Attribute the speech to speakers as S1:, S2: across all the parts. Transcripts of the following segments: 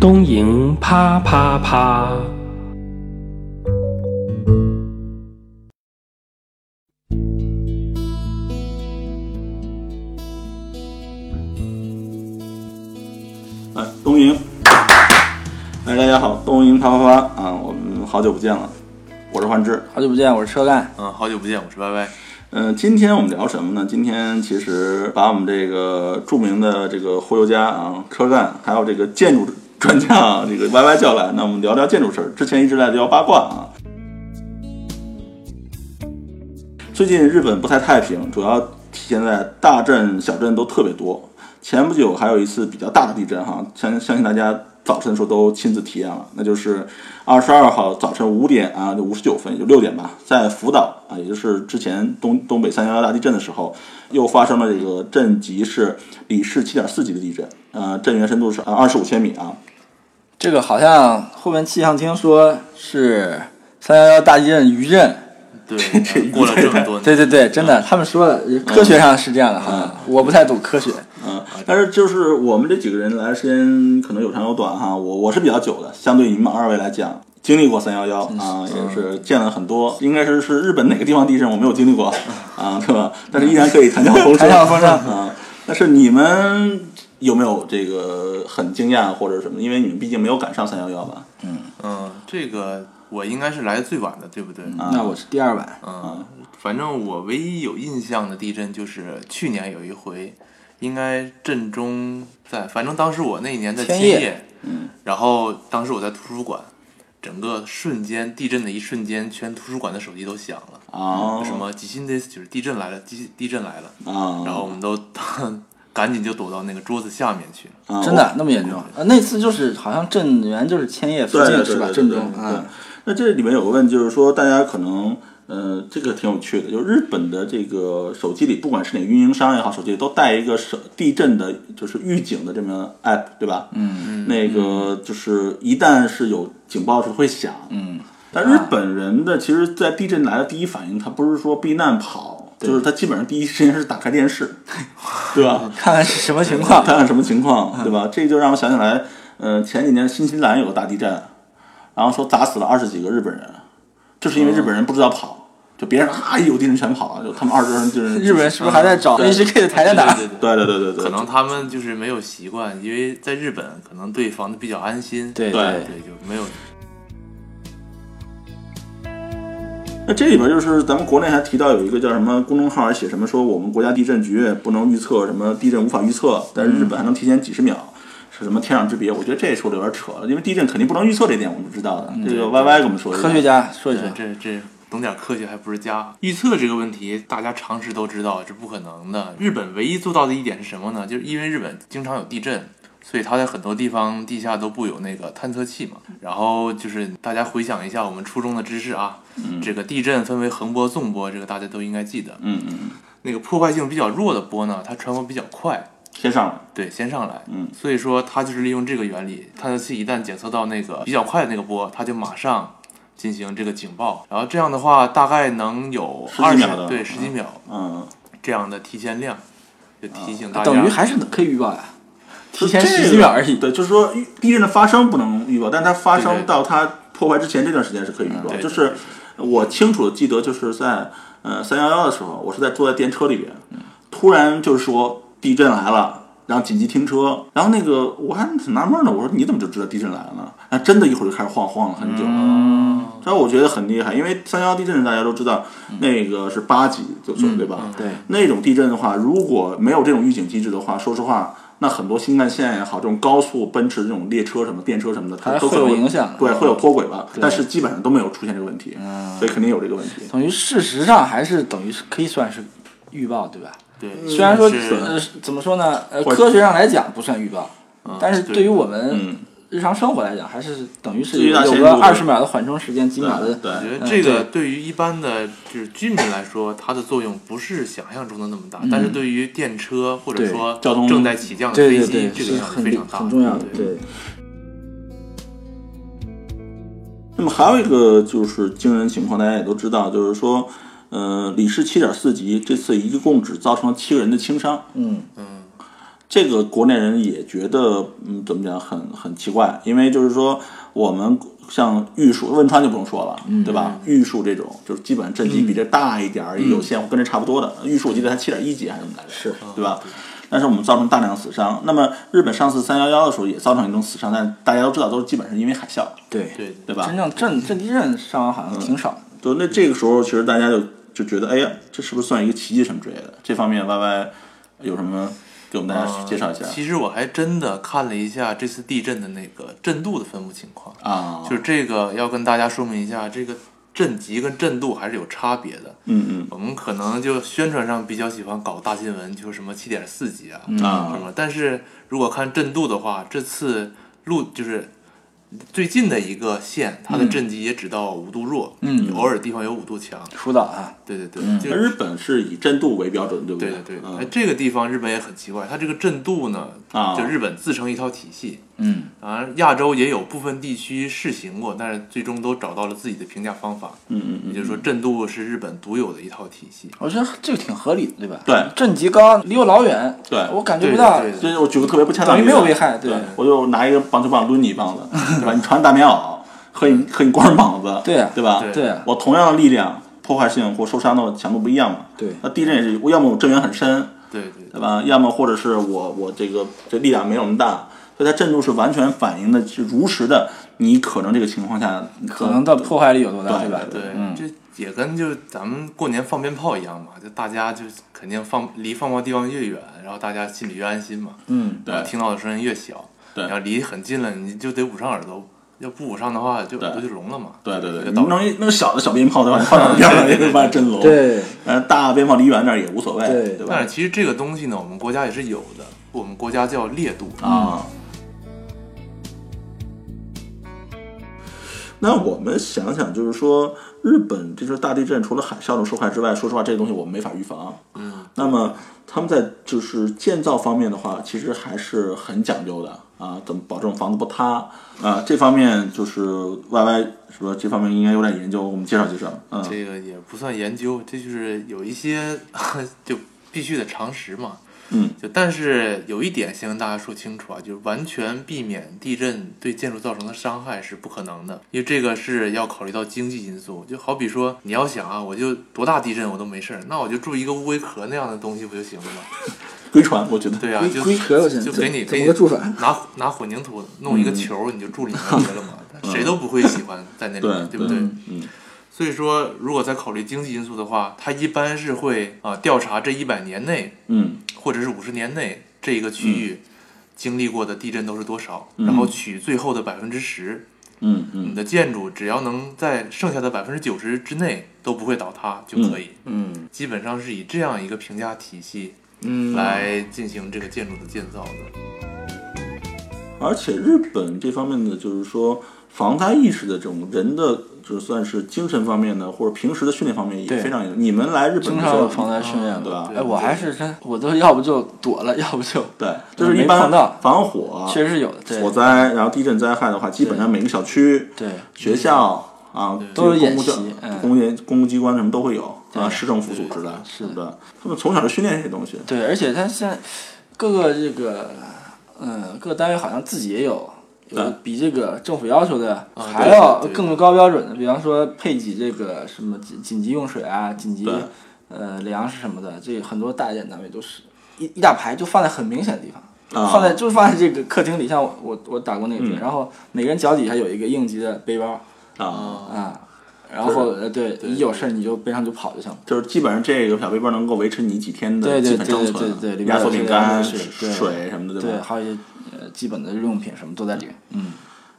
S1: 东营啪啪啪。
S2: 哎，东营，哎，大家好，东营啪啪啪啊，我们好久不见了，我是幻志。
S3: 好久不见，我是车干。
S4: 嗯，好久不见，我是歪 歪。
S2: 嗯，今天我们聊什么呢？今天其实把我们这个著名的这个忽悠家啊，车干，还有这个建筑专家啊，这个 Y Y 叫来，那我们聊聊建筑事儿。之前一直在聊八卦啊。最近日本不太太平，主要体现在大震、小震都特别多。前不久还有一次比较大的地震哈，相相信大家早晨的时候都亲自体验了，那就是二十二号早晨五点啊，就五十九分，也就六点吧，在福岛啊，也就是之前东东北三幺幺大地震的时候，又发生了这个震级是里氏七点四级的地震，呃，震源深度是二十五千米啊，
S3: 这个好像后面气象厅说是三幺幺大地震余震，
S4: 对，嗯过了这么多年，
S3: 对对对，真的，他们说的科学上是这样的，好像我不太懂科学。
S2: 嗯，但是就是我们这几个人来的时间可能有长有短哈，我我是比较久的，相对于你们二位来讲，经历过三幺
S3: 嗯
S2: 幺啊，也是见了很多，应该是是日本哪个地方地震我没有经历过 啊，对吧？但是依然可以谈笑风生，
S3: 谈笑风生
S2: 啊。但是你们有没有这个很惊讶或者什么？因为你们毕竟没有赶上三幺幺吧？
S4: 嗯，这个我应该是来的最晚的，对不对？
S3: 那我是第二晚，
S4: 嗯，反正我唯一有印象的地震就是去年有一回，应该震中在，反正当时我那一年在
S3: 千
S4: 千
S3: 叶
S4: 叶，嗯然后当时我在图书馆，整个瞬间地震的一瞬间，全图书馆的手机都响了，
S2: 啊，
S4: 什么地震的，就是地震来了，地地震来了，
S2: 啊？
S4: 然后我们都 赶紧就躲到那个桌子下面去了。
S2: 啊
S3: 真的那么严重？呃，那次就是好像震源就是千叶附
S2: 对对
S3: 近是吧？
S2: 对
S3: 震
S2: 对
S3: 中
S2: 对
S3: 啊，
S2: 那这里面有个问题，就是说大家可能，呃，这个挺有趣的，就是日本的这个手机里，不管是哪个运营商也好，手机里都带一个手地震的，就是预警的这么 app，对吧？嗯，那个就是一旦是有警报是会响，嗯，但日本人的其实，在地震来的第一反应，他不是说避难跑，就是他基本上第一时间是打开电 视，对吧？
S3: 看看是什么 情况。
S2: 看啊看什么情
S3: 啊
S2: 况，对吧？这就让我想起来，呃，前几年新西兰有个大地震，然后说砸死了二十几个日本人，就是因为日本人不知道跑，就别人啊一有地震全跑了，就他们二十人就是
S3: 日本人是不是还在找
S2: 对
S3: HK 的台在哪儿？
S4: 对
S2: 对对
S4: 对对。
S2: 对对对，
S4: 可能他们就是没有习惯，因为在日本可能对防的比较安心，
S3: 对
S2: 对
S4: 对，就没有
S2: 那这里边就是咱们国内还提到有一个叫什么公众号，还写什么说我们国家地震局也不能预测，什么地震无法预测，但是日本还能提前几十秒，是什么天壤之别？我觉得这说的有点扯了，因为地震肯定不能预测这点，我们知道的。这个 Y Y 跟我们说的，
S3: 嗯科学家说一说
S4: 对，这这懂点科学还不是家。预测这个问题，大家常识都知道，这不可能的。日本唯一做到的一点是什么呢？就是因为日本经常有地震，所以它在很多地方地下都布有那个探测器嘛。然后就是大家回想一下我们初中的知识啊，这个地震分为横波、纵波，这个大家都应该记得。
S2: 嗯嗯，嗯
S4: 那个破坏性比较弱的波呢，它传播比较快，
S2: 先上了，
S4: 对，先上来，
S2: 嗯
S4: 所以说它就是利用这个原理，探测器一旦检测到那个比较快的那个波，它就马上进行这个警报，然后这样的话大概能有
S2: 十几
S4: 二十
S2: 秒的
S4: 对十几秒
S2: 嗯。
S4: 这样的提前量，就提醒大家，
S3: 啊等于还是能可以预报呀，提前
S2: 这个
S3: 十几秒而已。
S2: 对，就是说地震的发生不能预报，但它发
S4: 对
S2: 生
S4: 对
S2: 到它破坏之前这段时间是可以
S3: 嗯
S2: 预报。
S4: 对对
S2: 就是我清楚的记得，就是在呃三幺幺的时候，我是在坐在电车里边，突然就是说地震来了。然后紧急停车，然后那个我还挺纳闷的，我说你怎么就知道地震来了呢？啊，真的一会儿就开始晃晃了很久
S3: 嗯
S2: 这我觉得很厉害，因为三幺幺地震大家都知道，那个是八级左右，对吧？
S3: 嗯对，
S2: 那种地震的话，如果没有这种预警机制的话，说实话，那很多新干线也好，这种高速奔驰这种列车什么、电车什么的，它
S3: 还
S2: 都
S3: 会
S2: 可能
S3: 有影响
S2: 对，会有脱轨吧。
S3: 对嗯
S2: 但是基本上都没有出现这个问题，所以肯定有这个问题。
S3: 等于事实上还是等于是可以算是预报，对吧？
S4: 对，
S3: 虽然说
S4: 是
S3: 呃怎么说呢，呃
S2: 或者
S3: 科学上来讲不算预报，但是
S4: 对
S3: 对于我们
S2: 嗯
S3: 日常生活来讲，还是等于是
S2: 最大
S3: 有
S2: 限
S3: 个
S2: 度的
S3: 二十秒的缓冲时间，几秒的。
S2: 对
S4: 我觉
S3: 嗯
S4: 得这个对于一般的就是居民来说，它的作用不是想象中的那么大，但是对于电车或者
S3: 嗯对
S4: 说
S2: 交通
S4: 正在起降的
S3: 对
S4: 飞
S3: 对
S4: 机
S3: 对，，
S4: 这
S3: 是
S4: 个影响是
S3: 很
S4: 非常大嗯的
S3: 很重要的。
S4: 对，
S3: 对，
S2: 那么还有一个就是惊人情况，大家也都知道，就是说，呃，里氏七点四级这次一共只造成了七个人的轻伤，
S3: 嗯，
S2: 这个国内人也觉得，嗯，怎么讲，很很奇怪，因为就是说，我们像玉树、汶川就不用说了，对吧？玉树这种，就是基本震级比这大一点儿，有些跟这差不多的。玉树我记得才七点一级还是怎么来着？
S3: 是，
S2: 对吧？但是我们造成大量死伤。那么日本上次三幺幺的时候也造成一种死伤，但大家都知道，都是基本是因为海啸，
S3: 对，
S4: 对，
S2: 对吧？
S3: 真正震震地震伤亡好像挺少的。
S2: 对，那这个时候其实大家就就觉得，哎呀，这是不是算一个奇迹什么之类的？这方面 Y Y 有什么给我们大
S3: 啊
S2: 家介绍一下？
S4: 其实我还真的看了一下这次地震的那个震度的分布情况，
S2: 啊，
S4: 就是这个要跟大家说明一下，这个震级跟震度还是有差别的。
S2: 嗯
S4: 我们可能就宣传上比较喜欢搞大新闻，就是什么七点四级啊，
S2: 嗯啊
S4: 什么。但是如果看震度的话，这次路就是最近的一个县，它的
S2: 嗯
S4: 震级也只到五度弱，嗯，偶尔地方有五度强。
S3: 福岛啊，
S4: 对对对，就
S2: 那日本是以震度为标准，对不
S4: 对
S2: 对
S4: 对对，哎
S2: 嗯，
S4: 这个地方日本也很奇怪，它这个震度呢，
S2: 啊
S4: 就日本自成一套体系。
S3: 嗯，
S4: 啊，亚洲也有部分地区试行过，但是最终都找到了自己的评价方法。
S2: 嗯嗯
S4: 也
S2: 嗯，
S4: 就是说，震度是日本独有的一套体系。
S3: 我觉得这个挺合理的，对吧？
S2: 对
S3: 震级高，离我老远，
S2: 对
S3: 我感觉不到
S4: 对对对
S2: 就是我举个特别不恰当
S3: 等
S2: 的
S3: 于
S2: 例子，
S3: 没有危害，
S2: 对
S3: 对
S2: 我就拿一个棒球棒抡你一棒子，对吧？你穿大棉袄，和你和你光着膀子，
S3: 对啊
S2: 对吧？
S4: 对
S3: 对啊
S2: 我同样的力量，破坏性或受伤的强度不一样嘛。
S3: 对
S2: 那地震也是，要么我震源很深，
S4: 对对对
S2: 对吧？要么或者是我我这个这力量没有那么大，所以它震度是完全反映的，是如实的，你可能这个情况下
S3: 可能的破坏力有多大，
S2: 对
S3: 吧？
S4: 对，
S3: 嗯
S4: 这也跟就咱们过年放鞭炮一样嘛，就大家就肯定放离放炮地方越远，然后大家心里越安心嘛，
S3: 嗯，
S4: 然后
S2: 对
S4: 听到的声音越小，
S2: 对
S4: 然后离很近了，你就得捂上耳朵，要不捂上的话，就
S2: 对
S4: 耳朵就聋了嘛。
S2: 对对对，
S4: 这个道
S2: 弄
S4: 理
S2: 一弄小的小鞭炮对吧？放到边上也得把它震聋。，
S3: 对，
S2: 呃，大鞭炮离远点也无所谓，
S3: 对
S2: 对
S4: 但
S2: 吧
S4: 是？其实这个东西呢，我们国家也是有的，我们国家叫烈度，
S2: 啊。
S4: 嗯
S2: 那我们想想，就是说，日本这次大地震除了海啸的受害之外，说实话，这个东西我们没法预防。
S4: 嗯，
S2: 那么他们在就是建造方面的话，其实还是很讲究的啊，怎么保证房子不塌啊？这方面就是 Y Y 说这方面应该有点研究，我们介绍介绍。嗯，
S4: 这个也不算研究，这就是有一些 就必须的常识嘛。
S2: 嗯，
S4: 就但是有一点先跟大家说清楚啊，就是完全避免地震对建筑造成的伤害是不可能的，因为这个是要考虑到经济因素。就好比说，你要想啊，我就多大地震我都没事儿，那我就住一个乌龟壳那样的东西不就行了吗？
S2: 归传，我觉得
S4: 对啊，就
S3: 龟壳我现在
S4: 就给你
S3: 怎
S4: 给
S3: 么
S4: 你
S3: 个住法？
S4: 拿拿混凝土弄
S2: 嗯
S4: 一个球儿，你就住里面 得了嘛，谁都不会喜欢在那里面，
S2: 对
S4: 不对？
S2: 嗯，
S4: 所以说，如果再考虑经济因素的话，它一般是会啊、调查这一百年内
S2: 嗯
S4: 或者是五十年内这一个区域经历过的地震都是多少，然后取最后的百分之十。
S2: 嗯
S4: 你
S2: 嗯
S4: 的建筑只要能在剩下的百分之九十之内都不会倒塌就可以。
S3: 嗯
S4: 基本上是以这样一个评价体系
S3: 嗯，
S4: 来进行这个建筑的建造的。
S2: 嗯，而且日本这方面的就是说防灾意识的这种人的。就算是精神方面的，或者平时的训练方面也
S3: 对
S2: 非常严。你们来日本
S3: 经
S2: 的时
S3: 常
S2: 候
S3: 有，防灾训练
S4: 嗯
S2: 啊对吧
S3: 哎，我还是真，我都要不就躲了，要不就
S2: 对，啊就是一
S3: 没
S2: 般
S3: 碰到
S2: 防火、
S3: 确实有的，对
S2: 火灾，然后地震灾害的话，基本上每个小区、
S3: 对
S2: 学校啊，这
S3: 都
S2: 个公
S3: 有演
S2: 务
S3: 习
S2: 教
S3: 嗯
S2: 公务员、公务机关什么都会有啊，
S3: 对
S2: 市政府组织的，
S3: 是的
S2: 对吧？他们从小就训练这些东西，
S3: 对，而且他现在各个这个嗯各个单位好像自己也有。有
S2: 对
S3: 比这个政府要求的
S4: 啊
S3: 还
S4: 对对
S3: 要
S4: 对对
S3: 更高标准的，比方说配给这个什么紧紧急用水啊、紧急
S2: 对
S3: 呃粮食什么的，这个很多大一点单位都是一一大排就放在很明显的地方，
S2: 啊嗯
S3: 放在就是放在这个客厅里，像我我我打过那个地方，然后每个人脚底下有一个应急的背包
S2: 啊，
S3: 啊，然后呃对，一有事儿你就背上就跑就行了。
S2: 就是基本上这个小背包能够维持你几天的
S3: 对对
S2: 基本生
S3: 对对对对里
S2: 存，
S3: 边
S2: 压缩饼干、
S3: 有这个是对
S2: 水什么的，
S3: 对，
S2: 吧？
S3: 还有一些呃基本的日用品什么都在里面。嗯，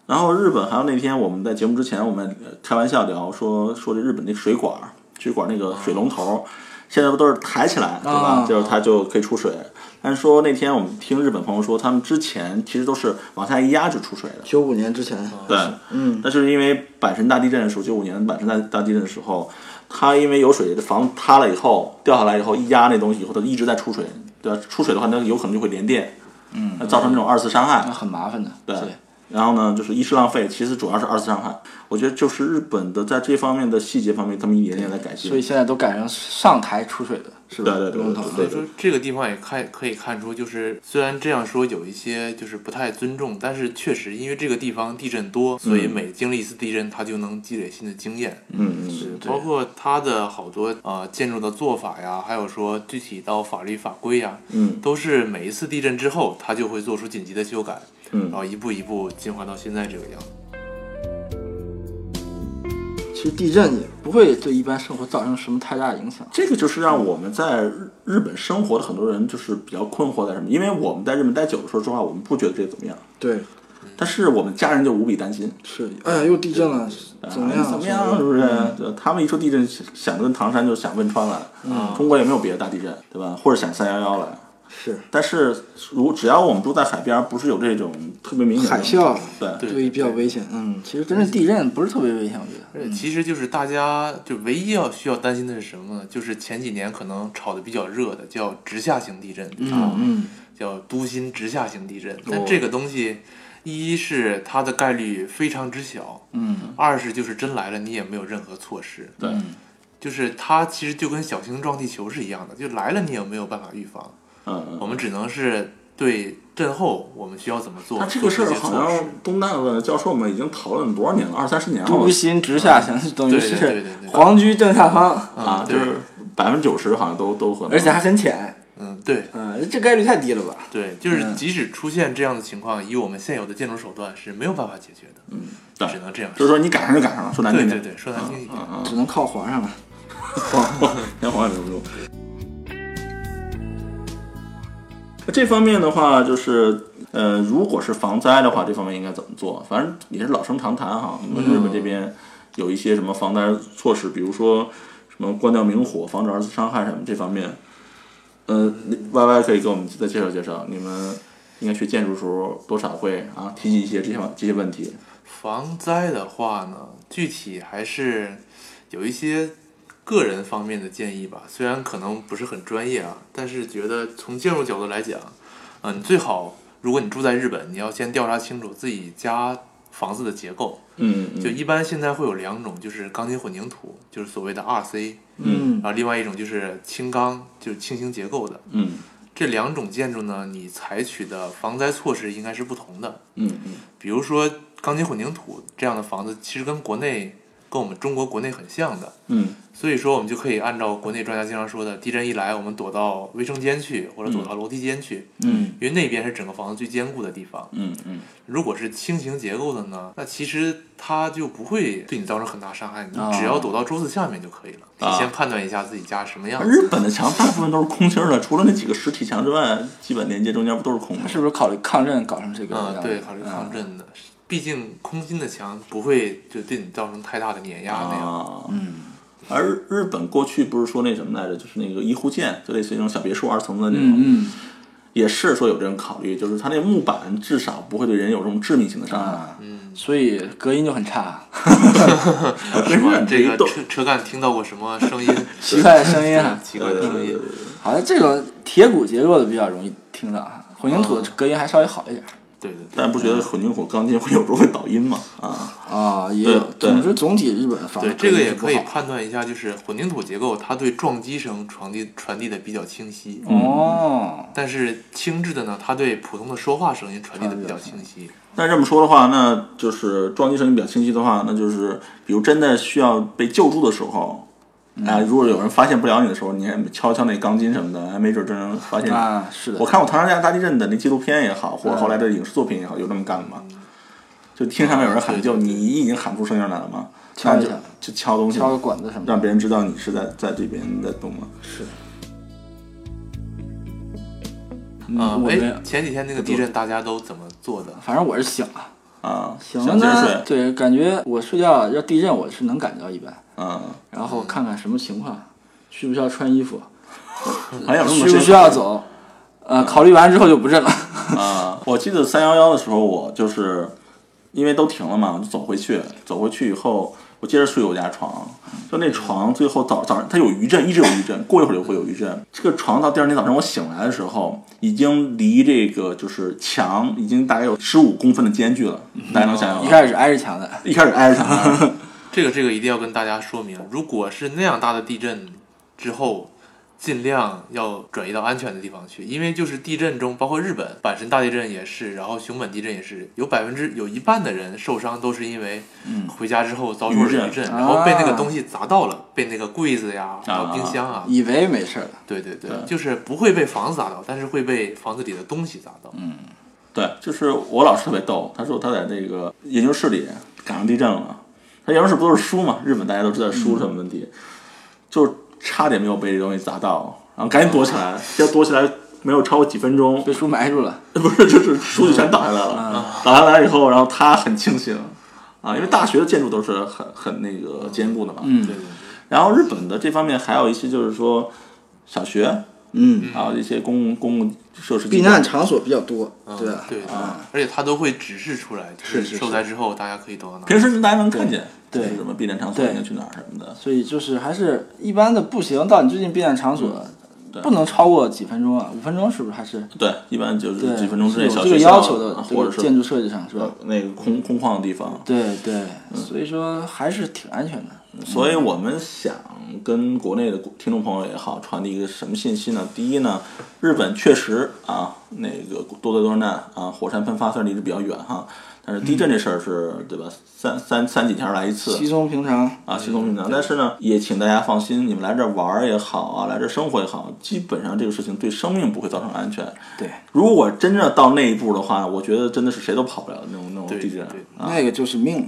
S2: 然后日本还有那天我们在节目之前，我们呃开玩笑聊说说这日本那水管儿，水管儿那个水龙头，现在不都是抬起来对吧？
S3: 啊
S2: 就是它就可以出水。但是说那天我们听日本朋友说，他们之前其实都是往下一压就出水的。
S3: 九五年之前，
S2: 对，嗯，那就是因为阪神大地震的时候，九五年阪神大大地震的时候，它因为有水，这房塌了以后掉下来以后，一压那东西以后，它一直在出水，对吧？出水的话，那有可能就会连电，嗯，造成这种二次伤害。
S3: 那很麻烦的。对
S2: 然后呢，就是一是浪费，其次主要是二次伤害。我觉得就是日本的在这方面的细节方面，他们一点点在改进。
S3: 所以现在都改成上台出水的，是吧？
S2: 对对对
S3: 龙腾
S2: 对
S4: 所
S2: 对
S4: 以说这个地方也看可以看出，就是虽然这样说有一些就是不太尊重，但是确实因为这个地方地震多，所以每经历一次地震，他就能积累新的经验。
S2: 嗯嗯，
S4: 是，
S2: 对
S4: 包括它的好多呃建筑的做法呀，还有说具体到法律法规呀，
S2: 嗯
S4: 都是每一次地震之后，它就会做出紧急的修改，
S2: 嗯
S4: 然后一步一步进化到现在这个样子。
S3: 其实地震也不会对一般生活造成什么太大的影响。
S2: 这个就是让我们在日日本生活的很多人就是比较困惑在什么，因为我们在日本待久了，说实话，我们不觉得这怎么样，
S3: 对，
S2: 但是我们家人就无比担心，
S3: 是，哎呀，又地震了，怎么样？嗯
S2: 哎怎么样？是不是？就他们一说地震，想着跟唐山就想汶川了，
S3: 嗯
S2: 中国也没有别的大地震，对吧？或者想三幺幺了。
S3: 是
S2: 但是如只要我们住在海边儿，不是有这种特别明显的
S3: 海啸，
S2: 对，
S4: 对
S3: 对，比较危险。嗯，其实真正地震不是特别危险，我觉得。
S4: 而且
S2: 嗯
S4: 其实就是大家就唯一要需要担心的是什么呢？就是前几年可能炒的比较热的叫直下型地震，啊，
S3: 嗯，
S4: 叫都心直下型地震。
S2: 哦
S4: 但这个东西，一是它的概率非常之小，嗯，二是就是真来了你也没有任何措施，
S2: 对，
S4: 就是它其实就跟小型撞地球是一样的，就来了你也没有办法预防，
S2: 嗯嗯。
S4: 我们只能是对震后我们需要怎么做，
S2: 那这个事儿
S4: 做出一些
S2: 好
S4: 措施
S2: 像东大的教授们已经讨论多少年了，二三十年了
S3: 独心直下型，等于
S4: 对对对对
S3: 是
S4: 对
S3: 皇居正下方，
S4: 嗯
S2: 啊，就
S4: 对
S2: 是百分之九十好像都都和
S3: 而且还很浅。
S4: 嗯对。
S3: 嗯，这概率太低了吧？
S4: 对，
S2: 嗯
S4: 就是即使出现这样的情况，以我们现有的建筑手段是没有办法解决的，嗯，
S2: 对
S4: 只能这样
S2: 就是说你赶上就赶上了，说难
S4: 对
S2: 听
S4: 对
S2: 点，
S4: 对，说难听一
S2: 嗯
S4: 点，
S3: 只能靠皇上了。
S2: 天皇也留不住。那这方面的话，就是呃，如果是防灾的话，这方面应该怎么做？反正也是老生常谈哈。我们日本这边有一些什么防灾措施，比如说什么关掉明火，防止二次伤害什么这方面。呃，Y Y 可以给我们再介绍介绍，你们应该学建筑时候多少会啊提及一些这些这些问题。
S4: 防灾的话呢，具体还是有一些个人方面的建议吧，虽然可能不是很专业啊，但是觉得从建筑角度来讲，嗯、你最好如果你住在日本，你要先调查清楚自己家房子的结构，
S2: 嗯
S4: 就
S2: 嗯
S4: 一般现在会有两种，就是钢筋混凝土，就是所谓的 RC，
S3: 嗯
S4: 然，后另外一种就是轻钢，就是轻型结构的。
S2: 嗯
S4: 这两种建筑呢，你采取的防灾措施应该是不同的。
S2: 嗯嗯
S4: 比如说钢筋混凝土这样的房子，其实跟国内跟我们中国国内很像的，
S2: 嗯
S4: 所以说我们就可以按照国内专家经常说的，地震一来，我们躲到卫生间去，或者躲到楼梯间去，
S3: 嗯，
S4: 因为那边是整个房子最坚固的地方。
S2: 嗯嗯
S4: 如果是轻型结构的呢，那其实它就不会对你造成很大伤害，你
S3: 啊
S4: 只要躲到桌子下面就可以了。
S2: 啊
S4: 提前判断一下自己家什么样子。
S2: 日本的墙大部分都是空心儿的，除了那几个实体墙之外，基本连接中间不都是空
S3: 他
S2: 的？
S3: 是不是考虑抗震搞成这个样
S4: 嗯，
S3: 子？
S4: 对，考虑抗震的，毕竟空心的墙不会就对你造成太大的碾压那样。
S2: 啊，嗯。而日日本过去不是说那什么来着，就是那个一户建，就类似于那种小别墅二层的那种，
S3: 嗯嗯，
S2: 也是说有这种考虑，就是它那木板至少不会对人有这种致命性的伤
S3: 啊
S2: 害。
S4: 嗯
S3: 所以隔音就很差，啊
S4: 是吗？ 这
S2: 一
S4: 个
S2: 动
S4: 车车干听到过什么声 音？
S3: 奇怪的声音啊
S4: 对。 奇怪的声音。
S3: 好像这种铁骨结构的比较容易听到啊，混凝土的隔音还稍微好一点
S4: 对对对，
S2: 但不觉得混凝土钢筋会有时候会导音吗？啊，
S3: 啊、也有。
S2: 对对
S3: 总之，总体日本房子
S4: 对这个也
S3: 不
S4: 可以
S3: 好。
S4: 判断一下，就是混凝土结构，它对撞击声传递传递的比较清晰。
S3: 哦，
S4: 但是轻质的呢，它对普通的说话声音传递的比较清晰。
S2: 那这么说的话，那就是撞击声音比较清晰的话，那就是比如真的需要被救助的时候，
S3: 嗯
S2: 啊、如果有人发现不了你的时候，你还敲敲那钢筋什么的，还没准真能发
S4: 嗯
S2: 现你。
S3: 啊，是的，
S2: 我看过《唐山亚大地震》的那纪录片也好，或者后来的影视作品也好，有这么干的吗？
S3: 嗯
S2: 就听上面有人喊救，你已经喊不出声音来了吗？
S3: 敲
S2: 那
S3: 一
S2: 就
S3: 下
S2: 就敲东西，
S3: 敲个管子什么的。
S2: 让别人知道你是在在这边在动吗？
S4: 嗯，
S3: 我没
S4: 哎
S3: 有，
S4: 前几天那个地震大家都怎么做的？
S3: 反正我是醒了，
S2: 啊，
S3: 醒了
S2: 想接着
S3: 呢，
S2: 睡，
S3: 对，感觉我睡觉要地震，我是能感觉到一般，
S2: 啊，
S3: 然
S4: 嗯
S3: 后看看什么情况，需不需要穿衣服，
S2: 还有这么
S3: 需不需要走，呃，考虑完之后就不震了。
S2: 啊？我记得三幺幺的时候，我就是因为都停了嘛，我就走回去，走回去以后。我接着睡我家床，就那床最后早早上它有余震，一直有余震，过一会儿就会有余震。这个床到第二天早上我醒来的时候，已经离这个就是墙已经大概有十五公分的间距了，大家能想象
S3: 一
S2: 吗？
S3: 开始挨着墙的，
S2: 一开始挨着墙了，
S4: 这个这个一定要跟大家说明，如果是那样大的地震之后，尽量要转移到安全的地方去，因为就是地震中，包括日本阪神大地震也是，然后熊本地震也是，有百分之有一半的人受伤都是因为回家之后遭受了
S2: 余震
S4: 余震，
S3: 啊嗯
S4: 然后被那个东西砸到了，被那个柜子呀、还有冰箱啊，
S3: 以为没事儿了，
S4: 对对对
S2: 对，
S4: 就是不会被房子砸到，但是会被房子里的东西砸到。
S2: 对，就是我老师特别逗，他说他在这个研究室里赶上地震了，他研究室不都是书嘛，日本大家都知道书什么问
S3: 嗯
S2: 题，就是差点没有被这东西砸到，然后赶紧躲起来，结果躲起来没有超过几分钟，
S3: 被书埋住了。
S2: 不是就是书就全倒下来了，
S3: 嗯
S2: 倒下来以后，然后他很清醒啊，因为大学的建筑都是很很那个坚固的嘛，
S3: 嗯
S4: 对对对，
S2: 然后日本的这方面还有一些就是说小学
S3: 嗯，
S2: 啊一些公共公共设施机
S3: 避
S2: 构
S3: 难场所比较多，
S2: 啊
S3: 对吧？
S4: 对对，而且他都会指示出来，就是
S3: 是是
S4: 受灾之后大家可以都到哪儿。
S2: 平时大家能看见，
S3: 对
S2: 就是什么避难场所
S3: 对
S2: 应该去哪儿什么的。
S3: 所以就是还是一般的步行到你最近避难场所，
S2: 嗯
S3: 不能超过几分钟啊，五分钟是不是还是？
S2: 对，一般就是
S3: 对，
S2: 几分钟之内
S3: 是有
S2: 小
S3: 这个
S2: 学校啊
S3: 要求的，这
S2: 或
S3: 个
S2: 者是嗯
S3: 建筑设计上是吧？
S2: 那个空空旷的地方。
S3: 对对，
S2: 嗯
S3: 所以说还是挺安全的。
S2: 所以我们想跟国内的听众朋友也好，传递一个什么信息呢？第一呢，日本确实啊，那个多灾多难啊，火山喷发虽然离得比较远哈，但是地震这事儿是、对吧？三三三几天来一次，
S3: 稀松平常，
S2: 啊，轻松平常。但是呢，也请大家放心，你们来这儿玩儿也好啊，来这儿生活也好，基本上这个事情对生命不会造成安全。
S3: 对，
S2: 如果真正到那一步的话，我觉得真的是谁都跑不了那种那种
S4: 对
S2: 地震，啊
S4: 对
S3: 那个就是命了。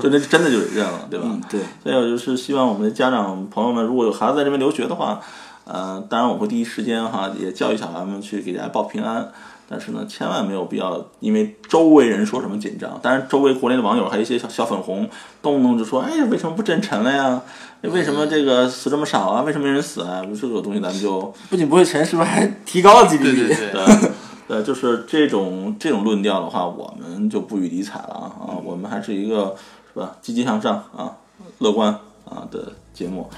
S2: 就那真的就有认了，对吧？
S3: 嗯，对，
S2: 所以我就是希望我们的家长朋友们，如果有孩子在这边留学的话，呃，当然我会第一时间哈也教育小孩们去给大家报平安。但是呢，千万没有必要因为周围人说什么紧张。当然，周围国内的网友还有一些小小粉红，动不动就说：“哎呀，为什么不震沉了呀？为什么这个死这么少啊？为什么没人死啊？”这个东西咱们就
S3: 不仅不会沉，是不是还提高了 GDP？
S4: 对对对，
S2: 对， 对，就是这种这种论调的话，我们就不予理睬了啊啊！我们还是一个是吧，积极向上啊，乐观啊的节目。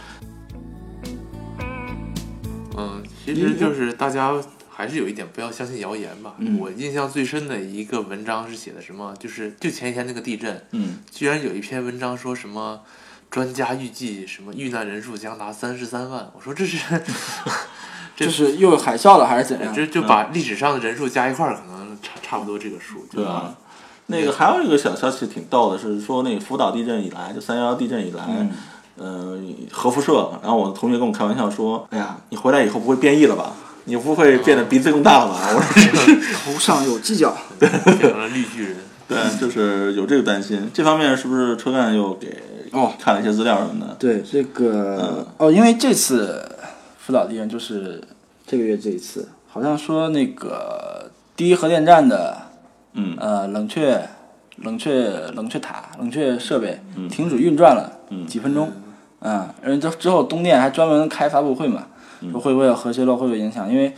S4: 嗯，其实就是大家还是有一点不要相信谣言吧。我印象最深的一个文章是写的什么？就是就前几天那个地震，
S2: 嗯，
S4: 居然有一篇文章说什么。专家预计什么遇难人数将达三十三万？我说这是，对
S3: 就是又有海啸了还是怎样？
S4: 这就把历史上的人数加一块儿，可能差差不多这个数，
S2: 对啊
S4: 吧？
S2: 吧？那个还有一个小消息挺逗的，是说那个福岛地震以来，就三幺幺地震以来，嗯、核辐射。然后我同学跟我开玩笑说：“哎呀，你回来以后不会变异了吧？你不会变得鼻子更大了吧？” 我说
S3: 头上有犄角，
S4: 变成了绿巨人。：“
S2: 对，就是有这个担心。这方面是不是车干又给
S3: 哦
S2: 看了一些资料什么的？
S3: 对这个、哦，因为这次福岛地震就是这个月这一次，好像说那个第一核电站的
S2: 嗯
S3: 呃冷却冷却冷却塔冷却设备
S4: 嗯
S3: 停止运转了几分钟，嗯，然后之之后东电还专门开发布会嘛，
S4: 嗯
S3: 说会不会有核泄漏，会不会影响，因为。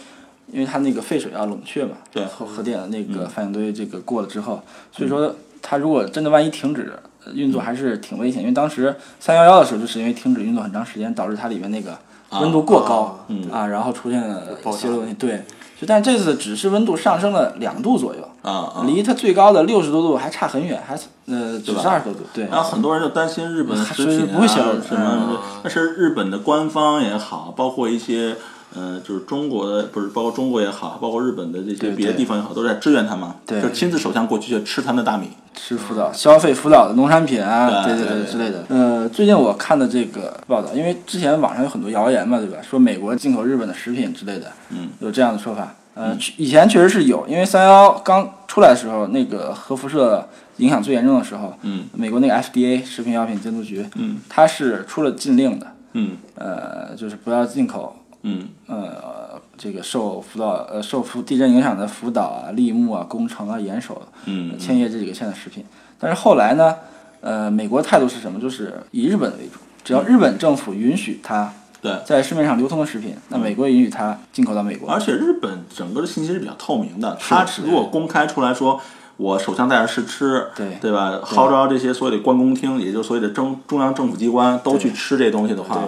S3: 因为它那个废水要冷却嘛，
S2: 对
S3: 核核电那
S4: 嗯
S3: 个反应堆这个过了之后，所以说它如果真的万一停止呃运作，还是挺危险。因为当时三幺幺的时候，就是因为停止运作很长时间，导致它里面那个温度过高
S4: 啊
S3: 啊，然后出现了
S4: 爆炸
S3: 泄漏问题。对，就但这次只是温度上升了两度左右，
S2: 啊啊！
S3: 离它最高的六十多度还差很远，还呃只是二十多度。对，
S2: 然后很多人就担心日本的食
S3: 所
S2: 品
S3: 以
S2: 啊
S3: 嗯不会泄露的
S2: 什么
S4: 嗯，
S2: 但是日本的官方也好，包括一些呃，就是中国的不是，包括中国也好，包括日本的这些
S3: 对
S2: 别的
S3: 对
S2: 地方也好，都在支援他们，
S3: 对
S2: 就亲自首相过去就吃他们的大米。
S3: 吃辅导、消费辅导的农产品啊，
S2: 对
S3: 对
S2: 对
S3: 对
S2: 对
S3: 之类的。呃，最近我看的这个报道，因为之前网上有很多谣言嘛，对吧？说美国进口日本的食品之类的，
S2: 嗯，
S3: 有这样的说法。呃，去以前确实是有，因为三幺刚出来的时候，那个核辐射影响最严重的时候，
S2: 嗯，
S3: 美国那个 FDA 食品药品监督局，
S2: 嗯，
S3: 它是出了禁令的，
S2: 嗯
S3: 呃，就是不要进口
S2: 嗯
S3: 呃，这个受福岛呃受福地震影响的福岛啊、立木啊、宫城啊、岩手、
S2: 嗯
S3: 千叶这几个县的食品。但是后来呢，呃，美国态度是什么？就是以日本为主，只要日本政府允许它
S2: 嗯对嗯
S3: 在市面上流通的食品，那美国允许它进口到美国。
S2: 而且日本整个的信息是比较透明的，他
S3: 是
S2: 如果公开出来说。我首相在这儿试吃，
S3: 对
S2: 对吧？号召这些所有的关公厅，也就是所有的中中央政府机关都去吃这东西的话
S3: 对，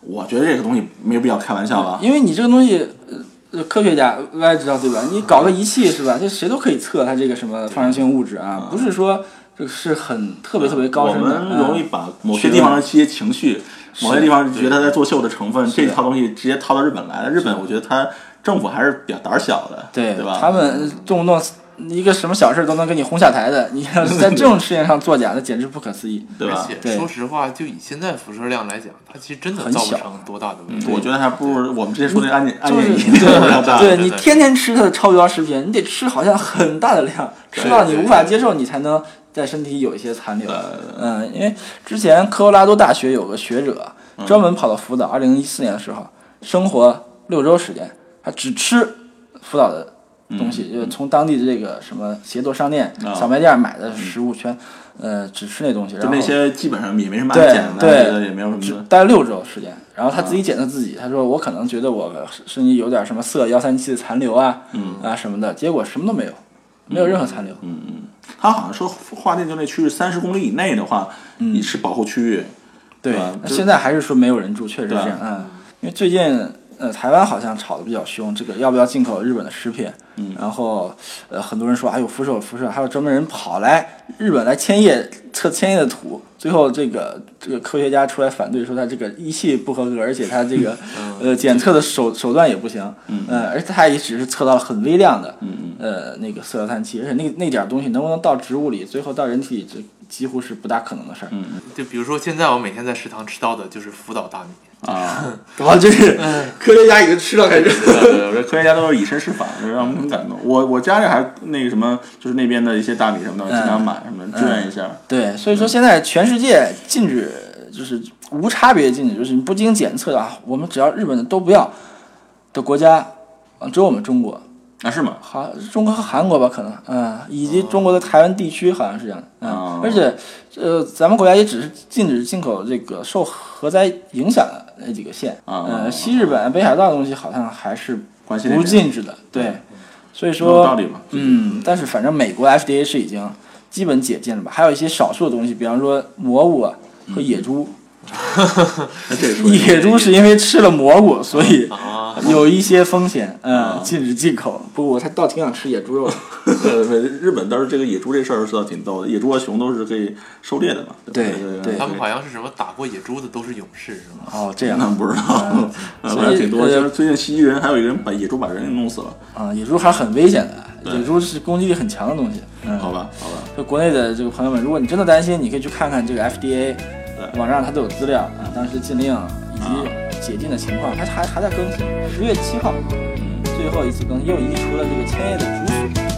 S2: 我觉得这个东西没有必要开玩笑吧。
S3: 因为你这个东西，呃呃，科学家大家知道对吧？你搞个仪器是
S2: 嗯
S3: 吧？这谁都可以测它这个什么放射性物质啊，不是说这个是很特别特别高深的。
S2: 嗯我们容易
S3: 嗯
S2: 把某些地方的一些情绪某些地方觉得他在作秀的成分，这套东西直接套到日本来了。日本我觉得他政府还是比较胆儿小的，对吧？
S3: 他们动不动一个什么小事都能给你轰下台的，你 要是在这种事情上作假，那简直不可思议。
S2: 对
S4: 而
S2: 吧？
S4: 且
S3: 对
S4: 说实话，就以现在辐射量来讲，它其实真的
S3: 很
S4: 造不
S3: 小
S4: 成多大的问题。
S2: 我觉得还不如我们之前说的安检安
S3: 嗯就
S2: 检
S3: 是
S2: 一定要大。
S3: 对
S4: 对
S3: 你天天吃它的超标食品，你得吃好像很大的量，吃到你无法接受，你才能在身体有一些残留。
S2: 呃
S3: 嗯，因为之前科罗拉多大学有个学者
S2: 嗯
S3: 专门跑到福岛，二零一四年的时候，生活六周时间，他只吃福岛的东西，
S2: 嗯
S3: 就是从当地的这个什么协作商店、小卖店买的食物全，呃，只吃那东西，
S2: 啊
S3: 然
S2: 就
S3: 后
S2: 那些基本上也没什么安
S3: 对
S2: 检的，嗯
S3: 对
S2: 觉得也没有什么
S3: 只待了六周时间，然后他自己检测自己，他说我可能觉得我身体有点什么色幺三七的残留啊，
S2: 嗯
S3: 啊什么的，结果什么都没有，没有任何残留。
S2: 他好像说划定就那区域三十公里以内的话，
S3: 嗯
S2: 你是保护区域。
S3: 对
S2: 对吧，
S3: 那
S2: 就
S3: 现在还是说没有人住，确实是
S2: 对啊
S3: 这样。嗯，因为最近呃台湾好像吵得比较凶，这个要不要进口日本的食品？嗯，然后呃很多人说哎呦辐射有辐射，还有专门人跑来日本来迁业测迁业的土。最后，这个这个科学家出来反对，说他这个仪器不合格，而且他这个呃检测的手手段也不行，嗯、呃，而且他也只是测到了很微量的，嗯、呃那个色调碳气，而且那那点儿东西能不能到植物里，最后到人体里，这几乎是不大可能的事儿。嗯，
S4: 就比如说现在我每天在食堂吃到的就是福岛大米，
S3: 然后就是科学家已经吃到开始。
S2: 啊对，我这科学家都是以身试法，就是让我们很感动。我我家里还那个什么，就是那边的一些大米什
S3: 嗯
S2: 么的，经常买什么的支援一下。
S3: 对，所以说现在全世界禁止就是无差别禁止，就是你不经检测的啊，我们只要日本的都不要的国家，啊，只有我们中国，
S2: 啊，是吗？
S3: 好，中国和韩国吧，可能，嗯，以及中国的台湾地区好像是这样的，
S2: 哦
S3: 嗯，而且，呃，咱们国家也只是禁止进口这个受核灾影响的那几个县，
S2: 哦
S3: 嗯，西日本、北海道的东西好像还是
S2: 关系那边
S3: 不禁止的，对，所以
S2: 有
S3: 说，
S2: 道理吧？
S3: 嗯，但是反正美国 FDA 是已经基本解禁了吧？还有一些少数的东西，比方说蘑菇啊和野猪。
S2: 那这个
S3: 野猪是因为吃了蘑菇，所以有一些风险，嗯，禁止进口。啊不过我还倒挺想吃野猪肉的。
S2: 呃， 日本倒是这个野猪这事儿是倒挺逗的，野猪和熊都是可以狩猎的嘛。
S3: 对
S2: 对
S3: 对
S4: 他们好像是什么打过野猪的都是勇士，是吗？
S3: 哦，这样
S2: 那
S3: 啊，
S2: 不知 道，呃
S3: 所以
S2: 反正挺多。
S3: 呃
S2: 就是最近袭击人，还有一个人把野猪把人给弄死了，
S3: 啊，野猪还是很危险的，野猪是攻击力很强的东西。嗯，
S2: 好吧，好吧，
S3: 就国内的这个朋友们，如果你真的担心，你可以去看看这个 FDA
S2: 对
S3: 网站，它都有资料啊，当时禁令以及解禁的情况，它还还在更新。十月七号，最后一次更新，又移除了这个千叶的竹笋。啊